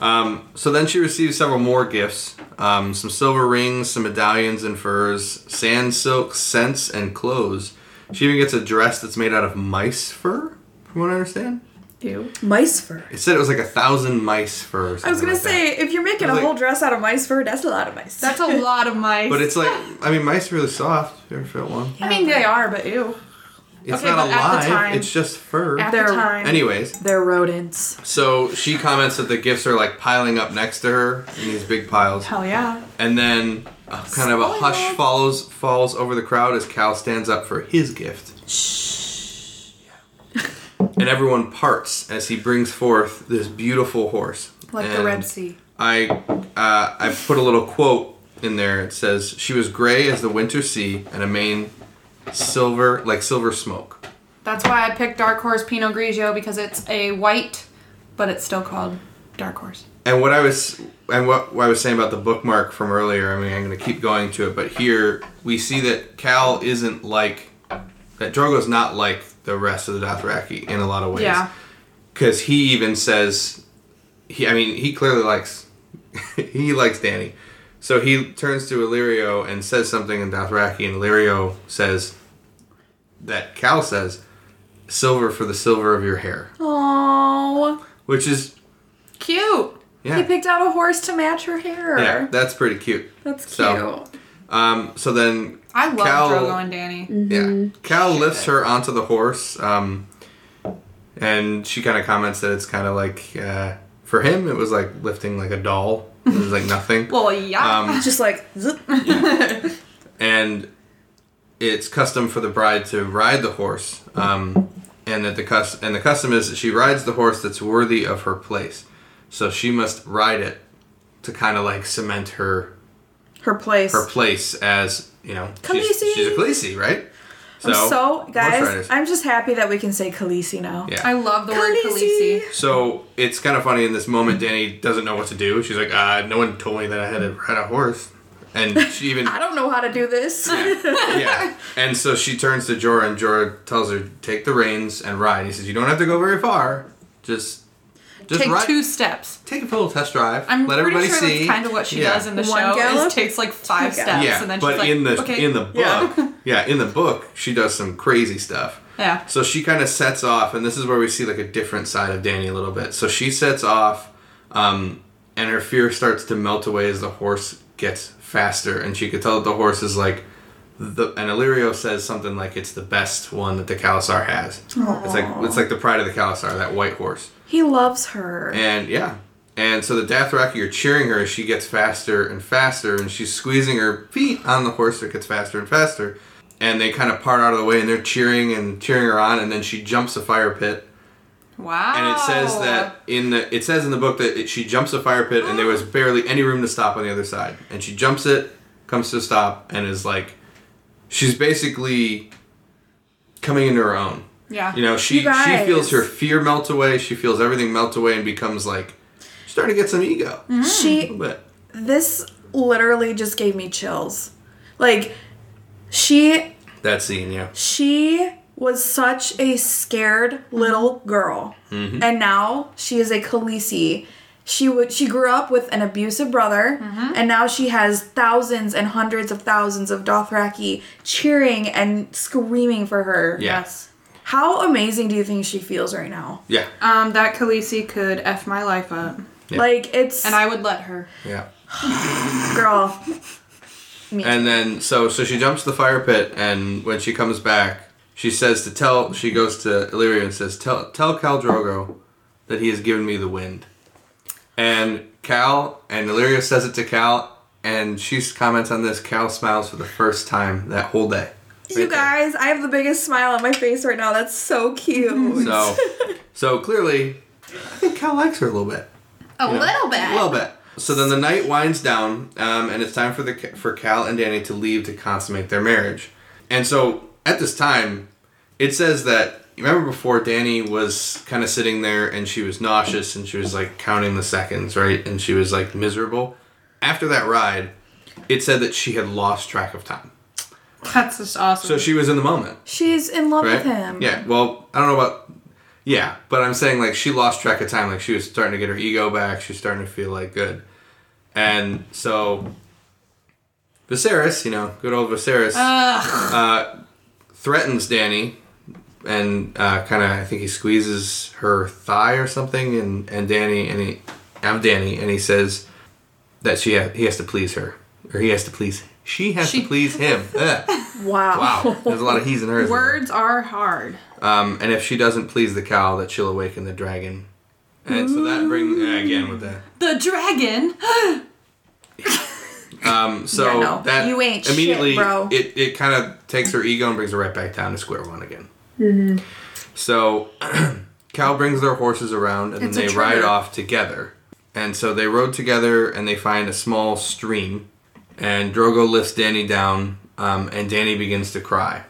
Um, so then she receives several more gifts: um, some silver rings, some medallions and furs, sand silk, scents, and clothes. She even gets a dress that's made out of mice fur. From what I understand,
Ew.
Mice fur.
it said it was like a thousand mice fur. or
I was
something
gonna
like that.
say if you're making
I
a
was
whole
like-
dress out of mice fur, that's a lot of mice.
That's a lot of mice.
but it's like I mean, mice are really soft. You ever felt one?
I mean, they are, but ew.
It's
Okay,
not
but at the
alive.
time-
it's just fur.
At the
They're-
time.
Anyways,
They're rodents.
So she comments that the gifts are like piling up next to her in these big piles,
Hell yeah.
and then uh, kind of a hush follows falls over the crowd as Cal stands up for his gift. Shh. And everyone parts as he brings forth this beautiful horse,
Like the
And
Red Sea.
I uh, I put a little quote in there. It says, "She was gray as the winter sea, and a mane silver like silver smoke."
That's why I picked Dark Horse Pinot Grigio because it's a white, but it's still called Dark Horse.
And what I was and what, what I was saying about the bookmark from earlier, I mean, I'm going to keep going to it, but here we see that Cal isn't like that Drogo's not like the rest of the Dothraki in a lot of ways.
Yeah.
Cuz he even says he I mean, he clearly likes he likes Danny. So he turns to Illyrio and says something in Dothraki and Illyrio says that Cal says silver for the silver of your hair,
Oh,
which is
Cute.
yeah.
he picked out a horse to match her hair.
yeah, that's pretty cute.
That's cute.
So- Um, so then,
I love
Cal-
Drogo and Danny.
Mm.
yeah,
Mm-hmm.
Cal lifts her onto the horse, um, and she kind of comments that it's kind of like uh, for him, it was like lifting like a doll. It was like nothing.
Well, yeah.
Um,
Just like zip.
and it's custom for the bride to ride the horse, um, and that the cus- and the custom is that she rides the horse that's worthy of her place. So she must ride it to kind of like cement her
her place.
her place as you know she's,
Khaleesi.
she's a Khaleesi, right?
I'm so
horse
guys,
riders.
I'm just happy that we can say Khaleesi now.
Yeah.
I love the word
Khaleesi.
Khaleesi.
So it's kind of funny in this moment. Danny doesn't know what to do. She's like, uh, "No one told me that I had to ride a horse," and she even
I don't know how to do this.
yeah. And so she turns to Jorah, and Jorah tells her, "Take the reins and ride." He says, "You don't have to go very far. Just, just
Take
ride.
two steps.
take a little test drive.
I'm
Let
pretty
everybody
sure
see."
that's kind of what she
Yeah.
does in the
One
show.
gallop?
Is takes like five
Two
steps,
gallops.
yeah,
and then
but
she's like,
in the
okay,
in the book,
Yeah.
yeah. in the book, she does some crazy stuff.
yeah,
So she kind of sets off, and this is where we see like a different side of Danny a little bit. So she sets off, um, and her fear starts to melt away as the horse gets faster, and she could tell that the horse is like the. And Illyrio says something like, "It's the best one that the Kalasar has." It's like it's like the pride of the Kalasar, that white horse.
he loves her.
And yeah. And so the Dathraki are cheering her as she gets faster and faster, and she's squeezing her feet on the horse that gets faster and faster. And they kind of part out of the way, and they're cheering and cheering her on, and then she jumps a fire pit.
wow.
And it says
Oh.
that in the it says in the book that it, she jumps a fire pit, and there was barely any room to stop on the other side. And she jumps it, comes to a stop, and is like, she's basically coming into her own.
yeah,
You know, she
You guys.
she feels her fear melt away. She feels everything melt away and becomes like she's starting to get some ego.
Mm-hmm.
A
She
little bit.
this literally just gave me chills. Like she
That scene, yeah.
she was such a scared
Mm-hmm.
little girl. And now she is a Khaleesi. She would she grew up with an abusive brother
Mm-hmm.
and now she has thousands and hundreds of thousands of Dothraki cheering and screaming for her.
Yeah.
yes.
How amazing do you think she feels right now?
Yeah.
Um, that Khaleesi could f my life up,
Yeah.
Like it's
and I would let her.
Yeah.
girl.
And then so so she jumps the fire pit and when she comes back, she says to tell she goes to Illyrio and says, Tell tell Cal Drogo that he has given me the wind. And Cal and Illyria says it to Cal, and she comments on this. Cal smiles for the first time that whole day.
You
Right there.
guys, I have the biggest smile on my face right now. That's so cute.
So, so clearly, I think Cal likes her a little bit.
A
you know,
little bit.
A little bit. So then the night winds down, um, and it's time for the for Cal and Danny to leave to consummate their marriage. And so at this time, it says that you remember before Danny was kind of sitting there and she was nauseous and she was like counting the seconds, right? And she was like miserable. After that ride, it said that she had lost track of time.
That's just awesome.
So she was in the moment
She's in love
right?
with him.
Yeah. Well, I don't know about. Yeah, but I'm saying like she lost track of time. Like she was starting to get her ego back. She's starting to feel like good, and so Viserys, you know, good old Viserys, uh, threatens Danny, and uh, kind of I think he squeezes her thigh or something, and and Danny and he, I'm Danny, and he says that she ha- he has to please her or he has to please she has
She-
to please him. Ugh.
Wow.
Wow, there's a lot of he's and hers. in there.
Words are hard.
Um, and if she doesn't please the cow, that she'll awaken the dragon. And so that brings uh, again with that.
The dragon.
Um, so
Yeah, no.
that
You ain't shit,
immediately
bro.
it it kind of takes her ego and brings her right back down to square one again.
Mm-hmm.
So cow brings their horses around and
It's a
then they ride
trigger.
off together. And so they rode together and they find a small stream. And Drogo lifts Danny down, um, and Danny begins to cry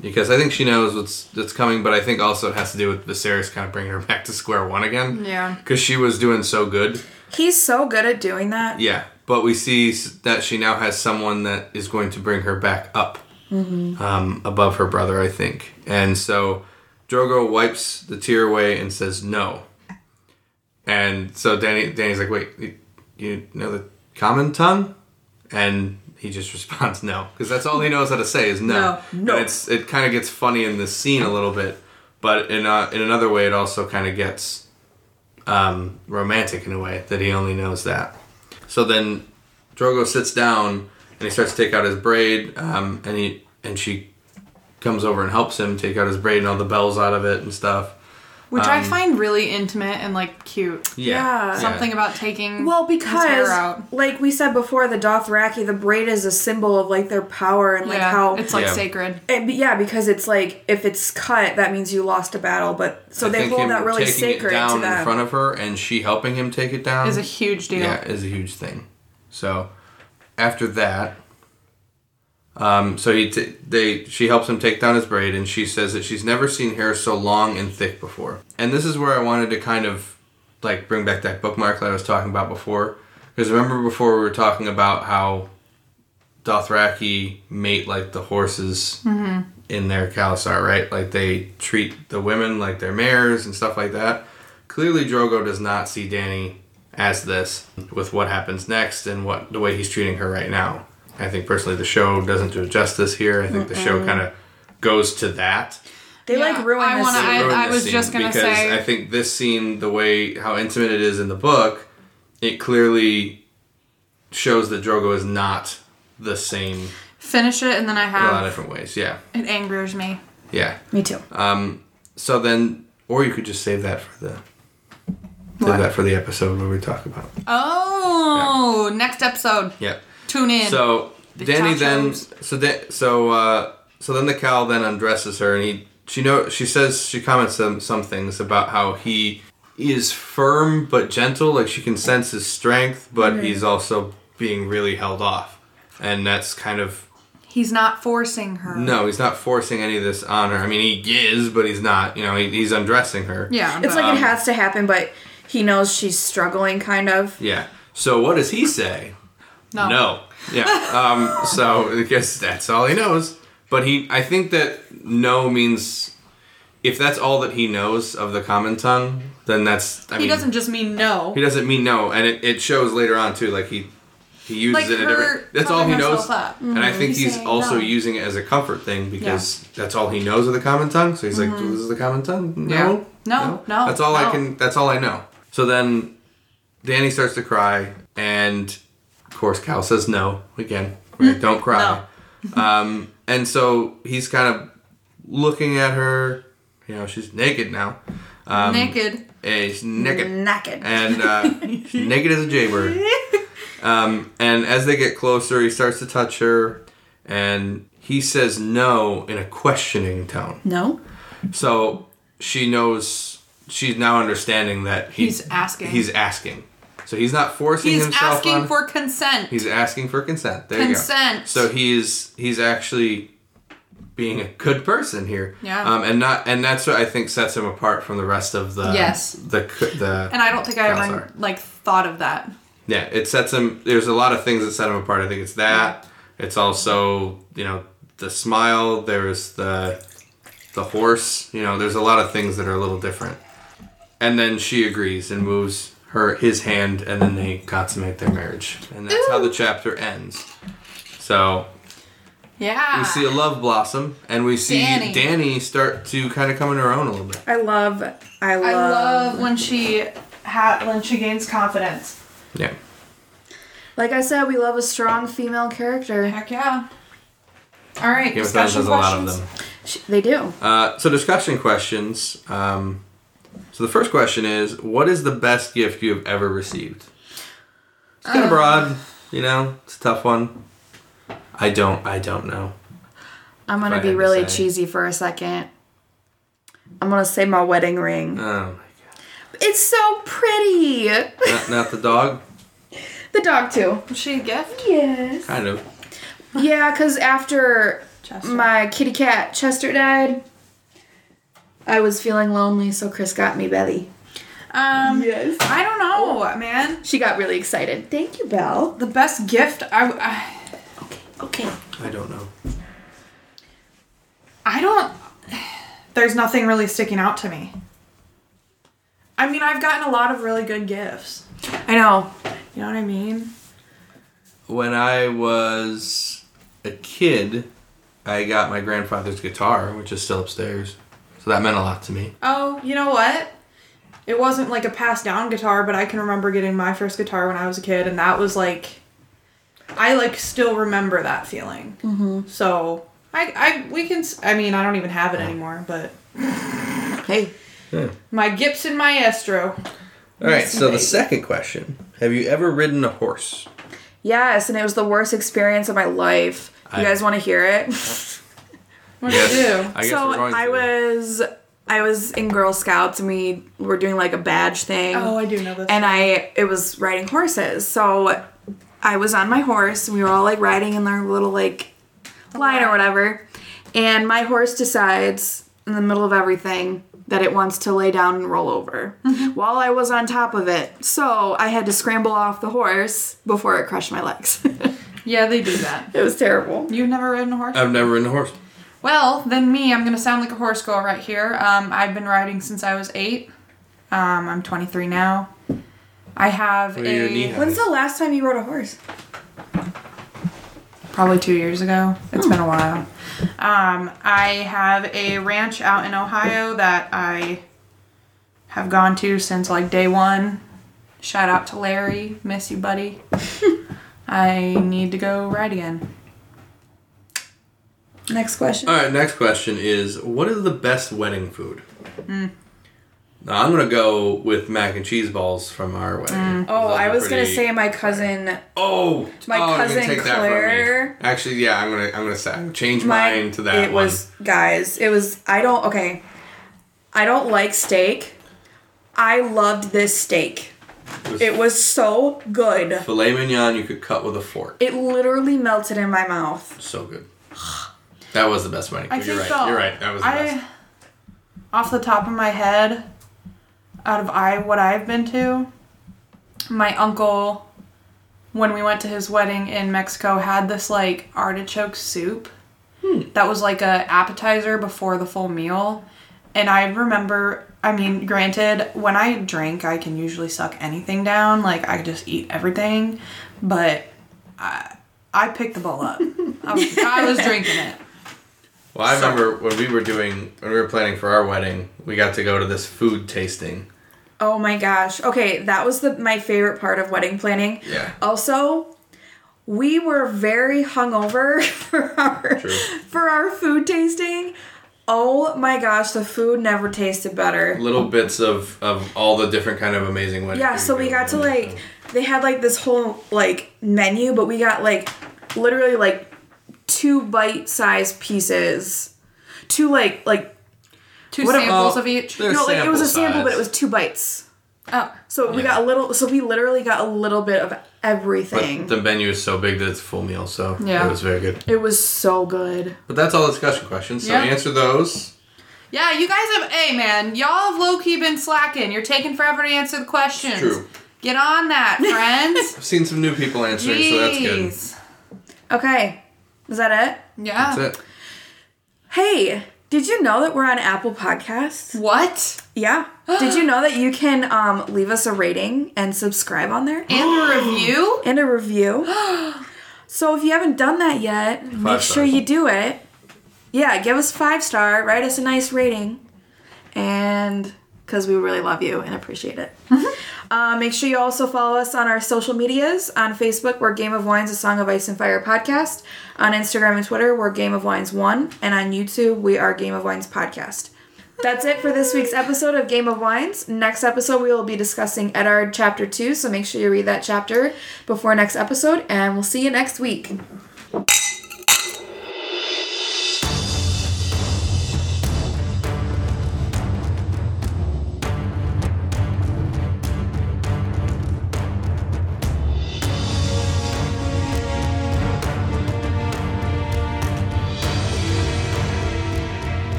because I think she knows what's that's coming, but I think also it has to do with Viserys kind of bringing her back to square one again.
Yeah.
because she was doing so good.
He's so good at doing that.
Yeah, but we see s- that she now has someone that is going to bring her back up um, above her brother, I think. And so Drogo wipes the tear away and says no. And so Danny, Danny's like, wait, y- you know the common tongue? And he just responds no, because that's all he knows how to say is no.
No,
no. And it's it kind of gets funny in this scene a little bit, but in a, in another way, it also kind of gets um, romantic in a way that he only knows that. So then Drogo sits down and he starts to take out his braid, um, and he and she comes over and helps him take out his braid and all the bells out of it and stuff.
Which
Um,
I find really intimate and like cute.
Yeah.
Something about taking
Well,
his hair
because
out.
like we said before, the Dothraki, the braid is a symbol of like their power and like
yeah,
how
it's like
Yeah.
sacred.
And be- yeah, because it's like if it's cut, that means you lost a battle. But so
I
they
think
hold
him
that really
taking
sacred
it down
to them.
in front of her and she helping him take it down
Is a huge deal.
yeah is a huge thing. So after that, um, so he t- they she helps him take down his braid and she says that she's never seen hair so long and thick before. And this is where I wanted to kind of like bring back that bookmark that I was talking about before because remember before we were talking about how Dothraki mate like the horses in their Kalasar, right? Like they treat the women like their mares and stuff like that. Clearly, Drogo does not see Danny as this with what happens next and what the way he's treating her right now. I think personally, the show doesn't do it justice here. I think the show kind of goes to that.
they
Yeah,
like ruin
I
this.
wanna-
scene.
I-
Ruin this
was
scene
just gonna
because
say-
I think this scene, the way how intimate it is in the book, it clearly shows that Drogo is not the same
Finish it and then I
in a lot of
have
different ways. Yeah,
it angers me.
yeah.
Me too.
Um, so then, or you could just save that for the
What?
save that for the episode where we talk about. It.
Oh, next episode.
Yeah.
Tune in.
So Danny then
tacos.
so da- so uh, so then the cow then undresses her and he she know she says she comments some some things about how he is firm but gentle like she can sense his strength but he's also being really held off and that's kind of
He's not forcing her.
no he's not forcing any of this on her I mean he is but he's not you know he, he's undressing her
Yeah.
It's
but-
um,
like it has to happen, but he knows she's struggling, kind of.
Yeah. So what does he say?
no.
No. Yeah. Um, so I guess that's all he knows. But he, I think that no means if that's all that he knows of the common tongue, then that's. I
He
mean,
doesn't just mean no.
He doesn't mean no, and it, it shows later on too. Like he, he uses
Like
it in a
her
different. That's all he
covering
knows,
herself up.
and I think
Mm-hmm. He's
he's
saying
also
no.
using it as a comfort thing because that's all he knows of the common tongue. So he's like,
Mm-hmm.
"This is the common tongue." No,
Yeah. No, no,
That's all I
no.
can. That's all I know. So then, Danny starts to cry, and of course, Cal says no again. Right? Don't cry. um, and so he's kind of looking at her. You know, she's naked now. Um,
Naked.
And she's naked.
Naked.
And uh, she's naked as a jaybird. Um, and as they get closer, he starts to touch her, and he says no in a questioning tone.
no.
So she knows she's now understanding that he-
He's asking.
He's asking. So he's not forcing
He's
himself
asking
on-
for consent.
He's asking for consent. There you go.
Consent.
So he's he's actually being a good person here.
Yeah.
Um, and not and that's what I think sets him apart from the rest of the
Yes.
the c- the
and I don't think I ever
Calzar.
like thought of that.
yeah, it sets him. There's a lot of things that set him apart. I think it's that. It's also you know the smile. There's the the horse. You know, there's a lot of things that are a little different. And then she agrees and moves her his hand, and then they consummate their marriage. And that's how the chapter ends. So
Yeah.
we see a love blossom, and we see Danny,
Ah. Danny.
start to kind of come in her own a little bit.
I love. I love.
I love when she ha- when she gains confidence.
Yeah.
Like I said, we love a strong female character.
Heck yeah. All right.
Game of Thrones
discussion
has a lot of
questions?
them.
Sh they do.
Uh, so discussion questions. Um, so the first question is, what is the best gift you have ever received? It's
Um,
kind of broad, you know. It's a tough one. I don't. I don't know.
I'm gonna
If I had
be
to
really
say.
cheesy for a second. I'm gonna say my wedding ring.
Oh,
It's so pretty.
not, not the dog.
the dog too.
Was she a gift?
Yes.
Kind of.
Yeah, because after my kitty cat Chester died, I was feeling lonely, so Chris got me Belly.
Um,
Yes.
I don't know, man.
She got really excited. Thank you, Belle.
The best gift I, I
Okay.
I don't know.
I don't. There's nothing really sticking out to me. I mean, I've gotten a lot of really good gifts.
I know.
You know what I mean?
When I was a kid, I got my grandfather's guitar, which is still upstairs. So that meant a lot to me.
Oh, you know what? It wasn't like a passed down guitar, but I can remember getting my first guitar when I was a kid, and that was like, I like still remember that feeling. Mm-hmm. So I, I, we can. s- I mean, I don't even have it anymore, but
Hey.
my Gibson Maestro.
All right. So the second question: Have you ever ridden a horse?
Yes, and it was the worst experience of my life. You
I-
guys want to hear it?
What do you do?
I guess
so
we're going
I
to.
was I was in Girl Scouts and we were doing like a badge thing.
Oh, I do know this.
and I it was riding horses. So I was on my horse. We were all like riding in their little like line or whatever. And my horse decides in the middle of everything that it wants to lay down and roll over while I was on top of it. So I had to scramble off the horse before it crushed my legs.
yeah, they do that.
it was terrible.
You've never ridden a horse?
I've never ridden a horse.
Well, then me, I'm gonna sound like a horse girl right here. Um, I've been riding since I was eight. Um, I'm 23 now. I have
What are your knee
a
height?
When's the last time you rode a horse?
probably two years ago. It's been a while. Um, I have a ranch out in Ohio that I have gone to since like day one. Shout out to Larry, miss you, buddy. I need to go ride again.
Next question.
All right, next question is what is the best wedding food?
Hmm.
Now, I'm going to go with mac and cheese balls from our wedding.
Oh,
Those
I
are
was gonna
pretty-
say my cousin.
Oh,
my
oh, you can
cousin
that from me.
Claire.
Actually, yeah, I'm going to I'm going to say I'm gonna change
my-
mine to that
It
one.
was guys. It was I don't okay. I don't like steak. I loved this steak.
It was
It was so good.
filet mignon you could cut with a fork.
It literally melted in my mouth.
so good. That was the best wedding
I
food. You're
think
right.
so.
You're right. That was the best.
I, off the top of my head, out of I what I've been to, my uncle, when we went to his wedding in Mexico, had this like artichoke soup
Hmm.
that was like a appetizer before the full meal, and I remember. I mean, granted, when I drink, I can usually suck anything down. Like I just eat everything, but I I picked the ball up. I was, I was drinking it.
Well, I remember when we were doing when we were planning for our wedding, we got to go to this food tasting.
Oh my gosh. Okay, that was the my favorite part of wedding planning.
Yeah.
Also, we were very hungover for our
True.
for our food tasting. Oh my gosh, the food never tasted better.
Little bits of of all the different kind of amazing wedding.
Yeah,
food
so
you
we
can
got to
do.
like they had like this whole like menu, but we got like literally like two bite-sized pieces. Two like like
Two
What about-
samples
Oh,
of each.
there- They're
no, like it was a
sample
sample, but it
size.
was two bites.
Oh,
So we got a little so we literally got a little bit of everything.
But the menu is so big that it's a full meal, so
Yeah.
it was very good.
it was so good.
But that's all the discussion questions. So
Yeah.
answer those.
yeah. You guys have, hey man, y'all have low key been slacking. You're taking forever to answer the questions.
True.
Get on that, friends.
I've seen some new people answering, so that's good.
Jeez.
Okay. Is that it?
Yeah.
That's it.
Hey, did you know that we're on Apple Podcasts?
What?
Yeah. did you know that you can um, leave us a rating and subscribe on there?
And a review?
and a review. so if you haven't done that yet, make
Five
sure
stars.
you do it. Yeah, give us five star, write us a nice rating, and because we really love you and appreciate it. Uh, make sure you also follow us on our social medias. On Facebook, we're Game of Wines, a Song of Ice and Fire podcast. On Instagram and Twitter, we're Game of Wines One, and on YouTube, we are Game of Wines Podcast. That's it for this week's episode of Game of Wines. Next episode, we will be discussing Edard Chapter 2, so make sure you read that chapter before next episode, and we'll see you next week.